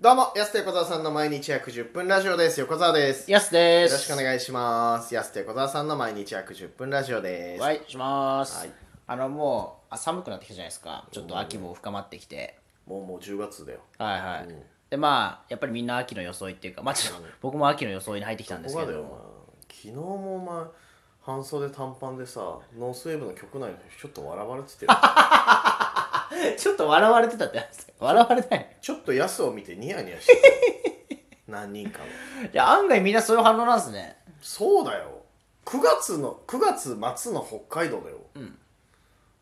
どうも、安手小沢さんの毎日約10分ラジオです。横澤です。よやすでろす。しくお願いします。安手小沢さんの毎日約10分ラジオです。はい、します。はいあの、もうあ、寒くなってきたじゃないですか。ちょっと秋も深まってきて。もうもう10月だよ。はいはい。で、まあ、やっぱりみんな秋の装いっていうか、まあ、ちょっと、僕も秋の装いに入ってきたんですけここがだよど。昨日もお前、半袖短パンでさ、ノースウェーブの局内の人ちょっと笑われ てて、ちょっと笑われてたってなん ですか笑われない。ちょっと安を見てニヤニヤしてた何人かの。いや、案外みんなそういう反応なんですね。そうだよ。9月の、9月末の北海道だよ。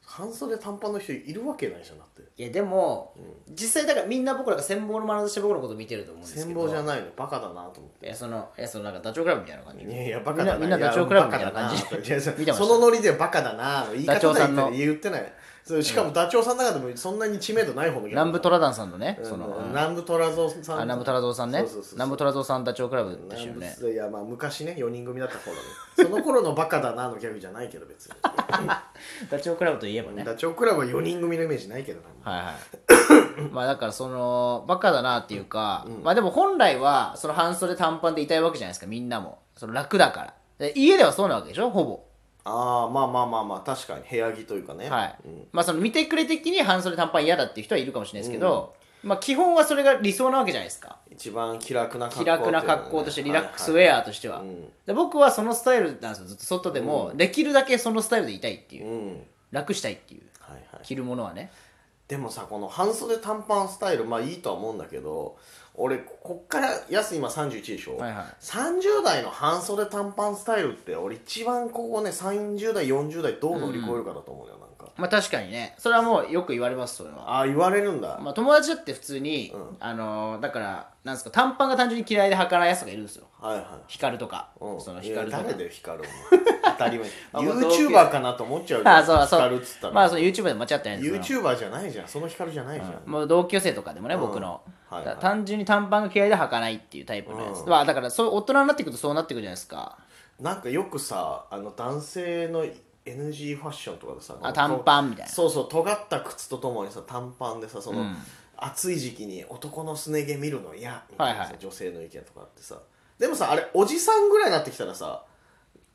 半袖短パンの人いるわけないじゃなくて。いや、でも、実際だからみんな僕らが羨望の眼差しで僕のこと見てると思うんです戦け望ど。じゃないの、バカだなと思って。いや、その、いや、そのなんかダチョウ倶楽部みたいな感じ。いやいや、バカだな。みんなみんなダチョウ倶楽部みたいな感じ いやバカだな見てましたそのノリでバカだなの言いダチョ方ウださっんたのり言ってない。そうしかもダチョウさんの中でもそんなに知名度ない方のギャ南グ部トラダンさんのね、うんその、うん南部トラゾウさん。あ南部トラゾウさんねそうそうそうそう。南部トラゾウさんダチョウ倶楽部ですよね。南部いや、まあ昔ね、4人組だった頃の。その頃のバカだなのギャグじゃないけど別 に。ダチョウ倶楽部といえばね。ダチョウ倶楽部は4人組のイメージないけどな。はいはい。まあだからそのバカだなっていうか、まあでも本来はその半袖短パンでいたいわけじゃないですかみんなもその楽だからで家ではそうなわけでしょほぼああ、まあまあまあまあ、確かに部屋着というかね。はい、うんまあその見てくれ的に半袖短パン嫌だっていう人はいるかもしれないですけど、まあ基本はそれが理想なわけじゃないですか一番気楽な格好気っていうのはね。楽な格好としてリラックスウはいェアとしては、はいうんで僕はそのスタイルなんですよずっと外でも、できるだけそのスタイルでいたいっていう、うん。楽したいっていうはいはい。着るものはねでもさこの半袖短パンスタイルまあいいとは思うんだけど俺こっからやす今31でしょ、はいはい30代の半袖短パンスタイルって俺一番ここね30代40代どう乗り越えるかだと思うよ、なんかまあ確かにねそれはもうよく言われますそれはああ言われるんだ、まあ、友達だって普通に、うんあのーだからなんですか短パンが単純に嫌いで履かないやつとかいるんですよはいは光とか、い、うん、そのいや光とか誰だよ光る当たり前あもう同級生 YouTuber かなと思っちゃうよ あそうそう光っつったら、まあその YouTube で間違ってないんですけ YouTuber じゃないじゃんその光じゃないじゃん、どもう同級生とかでもね、うん僕の、はいはいだから単純に短パンが嫌いで履かないっていうタイプのやつ、うんまあだからそう大人になってくるとそうなってくるじゃないですかなんかよくさあの男性の NG ファッションとかでさあ短パンみたいなそうそう尖った靴とともにさ短パンでさその、うん暑い時期に男のすね毛見るの嫌みたいなさ、はいはい女性の意見とかあってさでもさあれおじさんぐらいになってきたらさ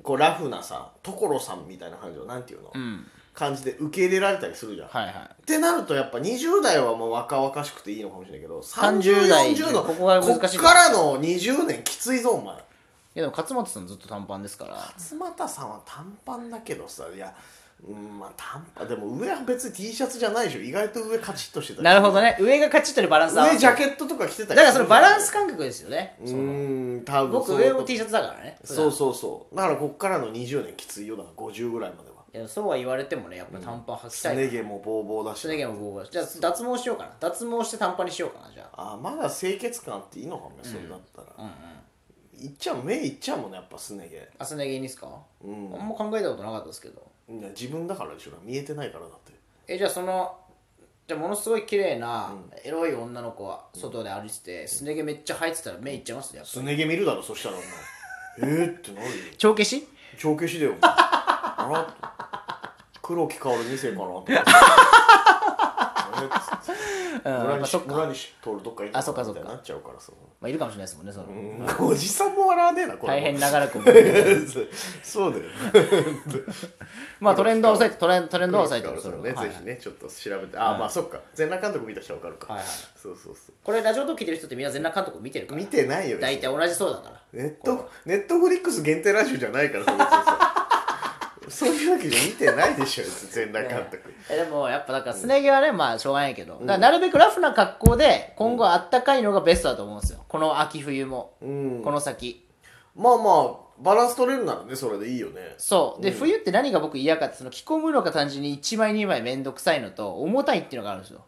こうラフなさ所さんみたいな感じのなんていうの、うん感じで受け入れられたりするじゃん、はいはいってなるとやっぱ20代はもう若々しくていいのかもしれないけど30代40のここが難しいこっからの20年きついぞお前いやでも勝俣さんずっと短パンですから勝俣さんは短パンだけどさいやうんまあ短パンでも上は別に T シャツじゃないでしょ意外と上カチッとしてたりなるほどね上がカチッとるバランス合わ上せジてャケットとか着てたりだからそのバランス感覚ですよねうそのーん多分僕そうい上うこもと T シャツだからねそうそうそうだからこっからの20年きついよだから50ぐらいまではいやそうは言われてもねやっぱ短パン履きたすいね毛もボーボーだちしょっとだけも僕はじゃあ脱毛しようかな脱毛して短パンにしようかなじゃああーまだ清潔感あっていいのかもねそれだったら、うんうんいっちゃう目いっちゃうもんねやっぱすねあすね毛にですか、毛うんあんま考えたことなかったですけどいや自分だからでしょ見えてないからだってえじゃあそのじゃあものすごい綺麗な、エロい女の子は外で歩いててすね毛めっちゃ生えてたら目いっちゃいますねやっぱすね毛見るだろそしたらお前えーってなるよ帳消し帳消しだよ。あら黒木薫二世かなと思って。えー村やっぱそ西っか村西徹どっか行ったあそっかそっみかたいになっちゃうからさ。まあいるかもしれないですもんねその、おじさんも笑わねえなこれ。大変な。長らく 僕 そうだよ。 まあトレンドは抑えてトレントレンドは抑えて黒る木薫それさんは、ねはいぜひねちょっと調べて。あまあそっか全裸監督見た人はわかるかはいはい。そうそうそう。これラジオと聞いてる人ってみんな全裸監督見てるから見てないよ。大体同じそうだからネットネットフリックス限定ラジオじゃないからさ別に さ。そういうわけじゃ見てないでしょ全裸監督。えでもやっぱだからすね毛はね、まあしょうがないけど、だからなるべくラフな格好で今後あったかいのがベストだと思うんですよこの秋冬も、うん。この先まあまあバランス取れるならねそれでいいよねそうで、冬って何が僕嫌かってその着込むのが単純に1枚2枚めんどくさいのと重たいっていうのがあるんですよ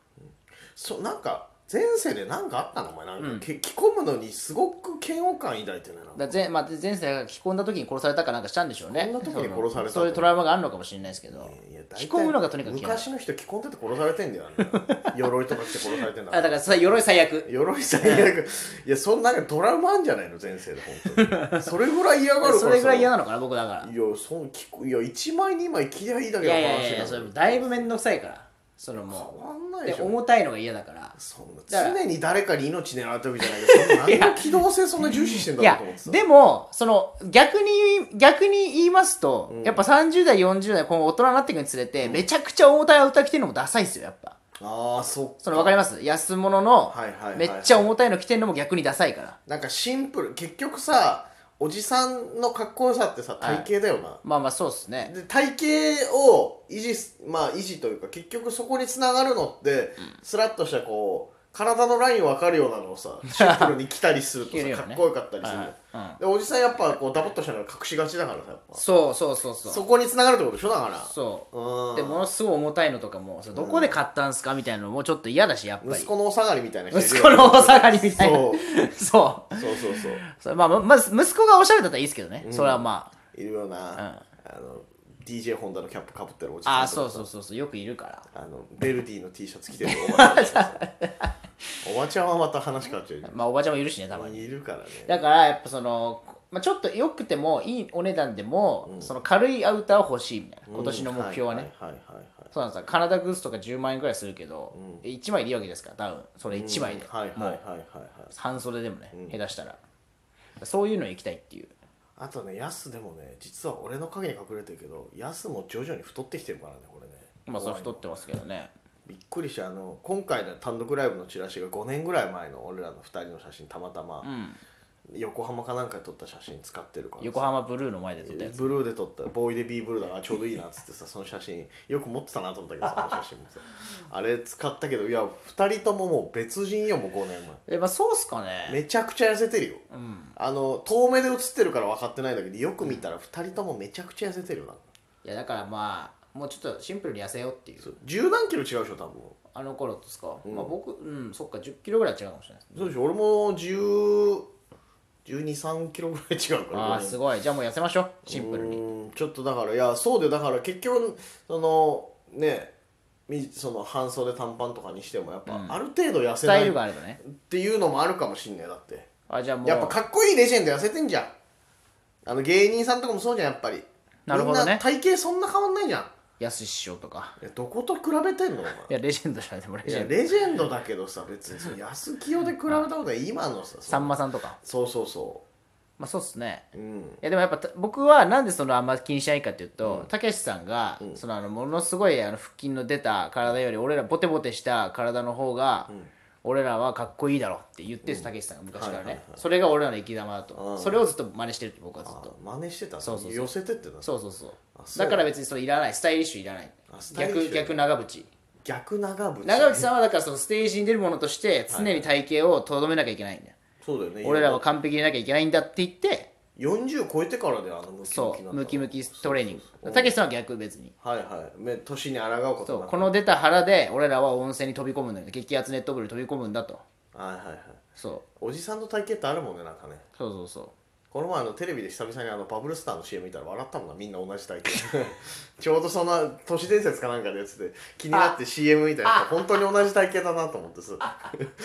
そうなんか前世で何かあったのお前なんか、け着込むのにすごく嫌悪感抱いてねなんかだ前,、まあ、前世が着込んだ時に殺されたかなんかしたんでしょうね着込んだ時に殺されたとそのそういうトラウマがあるのかもしれないですけどいや大体着込むのがとにかく嫌い昔の人着込んでて殺されてんだよあんな 鎧とか着て殺されてんだあだからそれ鎧最悪鎧最悪いやそんななんかトラウマあんじゃないの前世で本当 にそれぐらい嫌がるからさそれぐらい嫌なのかな僕だからいやそん着こいや1枚2枚着りゃいいだいけのや話いなのやいやそれだいぶめんどくさいからそれも変わんなういででしょ重たいのが嫌だからそんなだから常に誰かに命狙ってるわけじゃないけ どそんな何の機動性そんな重視してんいだろうやと思ってたでもその逆に逆に言いますと、うんやっぱ30代40代この大人になっていくにつれて、めちゃくちゃ重たい歌着てるのもダサいですよやっぱああそっその分かります安物の、はいはいはいはいめっちゃ重たいの着てるのも逆にダサいからなんかシンプル結局さおじさんのかっこよさってさ体型だよな、まあまあそうっすねで体型を維持すまあ維持というか結局そこにつながるのって、スラッとしたこう体のライン分かるようなのをさシンプルに着たりすると 着るよさねかっこよかったりするの、はいはいでおじさんやっぱこうダボっとしたの隠しがちだからさやっぱそうそうそうそうそこにつながるってことでしょだからそううんでものすごい重たいのとかもそれどこで買ったんすかみたいなのもちょっと嫌だしやっぱり息子のお下がりみたいな人いるよ息子のお下がりみたいなそう そうそうそうそうそれまあままず息子がおしゃれだったらいいですけどね、それはまあいるよな、あの DJ ホンダのキャップかぶってるおじさんああとかそうそうそうそうよくいるからあのベルディの T シャツ着てるおばちゃんお ばちゃんはまた話変わっちゃうよまあおばちゃんもいるしねたまにいるからねだからやっぱその、まあ、ちょっと良くてもいいお値段でも、その軽いアウターを欲しいみたいな今年の目標はね、うんはいはいはいはいそうなんですよカナダグースとか10万円くらいするけど、1枚でいいわけですからダウンそれ1枚で、はいはいはいもはういはい半袖でもね、下手したらそういうの行きたいっていうあとねヤスでもね実は俺の影に隠れてるけどヤスも徐々に太ってきてるからねこれねまあそれ太ってますけどねびっくりしてあの今回の単独ライブのチラシが5年ぐらい前の俺らの2人の写真たまたま、横浜かなんかで撮った写真使ってるから横浜ブルーの前で撮ったやつブルーで撮ったボーイで B ブルーだからちょうどいいなっつって さその写真よく持ってたなと思ったけどさあの写真もさあれ使ったけどいや2人とももう別人よもう5年えまあそうっすかね前めちゃくちゃ痩せてるよ、あの遠目で写ってるから分かってないんだけどよく見たら2人ともめちゃくちゃ痩せてるよなんかいやだからまあもうちょっとシンプルに痩せようっていう十何キロ違うでしょ多分あの頃ですか、まあ僕うんそっか1 0キロぐらい違うかもしれないですそうでしょ俺も1 1 2 3キロぐらい違うからああ5年すごいじゃあもう痩せましょうシンプルにうんちょっとだからいやそうでだから結局そのねみその半袖短パンとかにしてもやっぱ、ある程度痩スせなタイいルっがあればねていうのもあるかもしんないだってあじゃあもうやっぱかっこいいレジェンド痩せてんじゃんあの芸人さんとかもそうじゃんやっぱりなるほどねみんな体型そんな変わんないじゃんやすし師匠とかいやどこと比べてんのお前いやレジェンドじゃないでもレいジェやンドレジェンドだけどさ別にその安清で比べたことは今のささそのんまさんとかそうそうそまあそうっすねううんいやでもやっぱた僕はなんでそのあんま気にしないかっていうとたけしさんが、そのあのものすごいあの腹筋の出た体より俺らボテボテした体の方が、俺らはかっこいいだろって言ってるんですたけしさんが昔からね、はいはいはそれが俺らの生き様だと、うんそれをずっと真似してるって僕はずっあと真似してたそうそうそう寄せてってなそうそうそうあそうだから別にそれいらないスタイリッシュいらないあスタイリッシュ逆逆長渕逆長渕長渕さんはだからそのステージに出るものとして常に体型をとどめなきゃいけないんだよ、そうだよね俺らは完璧でなきゃいけないんだって言って40超えてからであのムキムそキになったのうムキムキトレーニングたけしさんは逆別にはいはいめ年に抗うことそなうくこの出た腹で俺らは温泉に飛び込むんだよ激アツネット風呂に飛び込むんだとはいはいはいそおじさんの体型ってあるもんねなんかねうそうそうそこの前あのテレビで久々にあのバブルスターの CM 見たら笑ったもんなみんな同じ体型 ちょうどそんな都市伝説かなんかのやつで気になって CM みたいな本当に同じ体型だなと思ってさ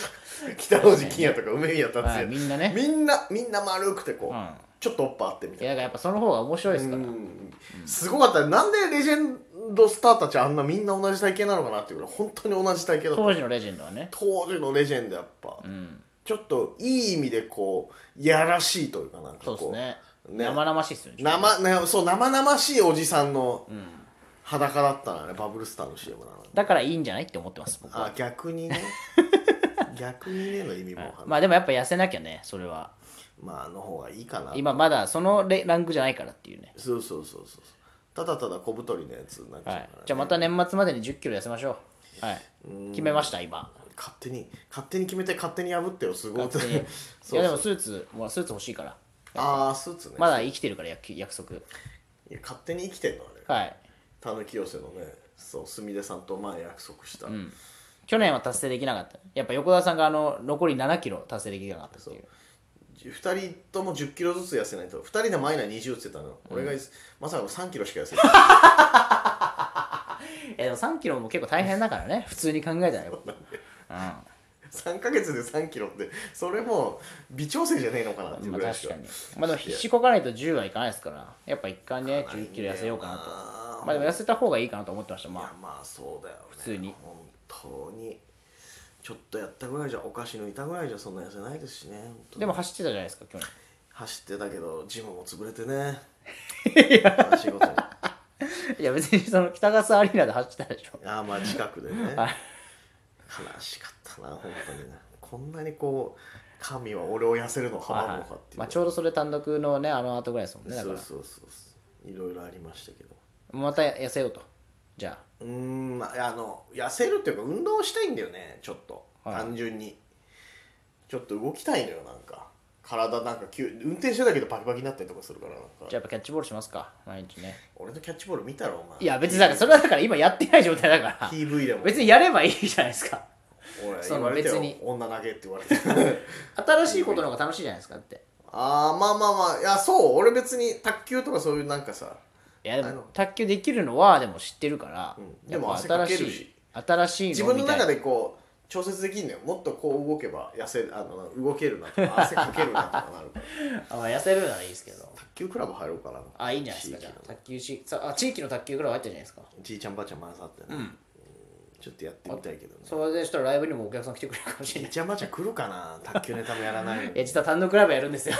北大路欣也とか梅宮達う、はい、也みんなねみんなみんな丸くてこう、うんちょっとおっぱいあってみたいいなやだからやっぱその方が面白いですから、うんすごかったなんでレジェンドスターたちあんなみんな同じ体型なのかなっていうぐらい本当に同じ体型だった当時のレジェンドはね当時のレジェンドやっぱ、ちょっといい意味でこうやらしいというかなんかそうこですねね生々しいっすよね生なそう生々しいおじさんの裸だったのねバブルスターの CM なのにだからいいんじゃないって思ってます僕はあ逆に ね逆にねの意味もわかんないまあでもやっぱ痩せなきゃねそれはまあの方がいいかな今まだそのレランクじゃないからっていうね、そうそうそうそうただただ小太りのやつになっちゃうかはら、ね、いじゃあまた年末までに1 0キロ痩せましょうはい決めました今勝手に勝手に決めて勝手に破ってよすごい勝手にい そうやでもスーツもうスーツ欲しいからああスーツね、まだ生きてるから約約束いや勝手に生きてんのあれはいたぬき寄せのねそうすみれさんと前約束した、去年は達成できなかったやっぱ横田さんがあの残り7キロ達成できなかったっていう2人とも1 0キロずつ痩せないと2人でマイナー20って言ってたの、俺がまさか3キロしか痩 せないえでも3キロも結構大変だからね普通に考えたら やっぱ3か月で3キロってそれもう微調整じゃねえのかなってういんうまぐあらいし確かかにまあでも必死こかないと10はいかないですからやっぱ一回ね1 0キロ痩せようかなとあなまあでも痩せた方がいいかなと思ってましたいやままあそうだよ、ね、普通に本当にちょっとやったぐらいじゃお菓子抜いたぐらいじゃそんな痩せないですしね本当あにでも走ってたじゃないですか去走ってたけどジムも潰れてね悲しいことに年いや別にその北笠アリーナで走ってたでしょああまあ近くでねはい悲しかったな本当にねこんなにこう神は俺を痩せるのを阻むのかっていう、まあ、ちょうどそれ単独のねあの後ぐらいですもんねだかそうらそうそうそういろいろありましたけどまた痩せようとじゃうーんまああの痩せるっていうか運動したいんだよねちょっと、はい単純にちょっと動きたいのよなんか体なんか急運転してたけどバキバキになったりとかするからなんあかじゃあやっぱキャッチボールしますか毎日ね俺のキャッチボール見たろお前いや別にだからそれはだから今やってない状態だから PV でも別にやればいいじゃないですか俺そ言のわれて別よに女投げって言われて 新しいことの方が楽しいじゃないですかだってああまあまあまあいやそう俺別に卓球とかそういうなんかさいやであもの卓球できるのはでも知ってるから、うんやっぱでも汗かけるし新しい自新しいの分みのたい中でこう調節できんのよもっとこう動けば痩せあの動けるなと か汗かけるなとかなるからあまあ痩せるならいいですけど卓球クラブ入ろうかなあいいんじゃないですかじゃあ卓球しさあ地域の卓球クラブ入ってるじゃないですかじいちゃんばあちゃんまさってね、うんちょっとやってみたいけどねそれでしたらライブにもお客さん来てくれるかもしじれないいちゃんばあちゃん来るかな卓球ネタもやらない のいやに実は単独ライブやるんですよ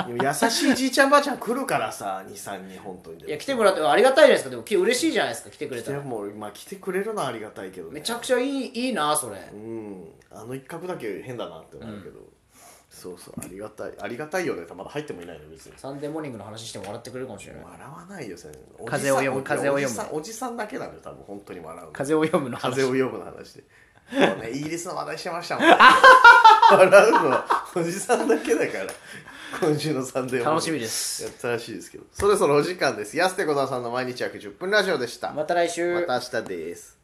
うんでも優しいじいちゃんばあちゃん来るからさ23人本当にいや来てもらってありがたいじゃないですかでもき嬉しいじゃないですか来てくれたでらもうまあ来てくれるのはありがたいけど、ね、めちゃくちゃいいいいなそれうんあの一角だけ変だなってなるけど、そうそうありがたいありがたいよねまだ入ってもいないの別にサンデーモーニングの話しても笑ってくれるかもしれない笑わないよ先生おじさん風を読むおじ風をお読むじさんおじさんだけなのよ多分本当に笑うの風風を読むの話を読むの話でもうねイギリスの話題してましたもん、ね、笑うのはおじさんだけだから今週のサンデー楽しみでですやったらしいですけどそろそろお時間です安手小沢さんの毎日約10分ラジオでしたままた来週た明日です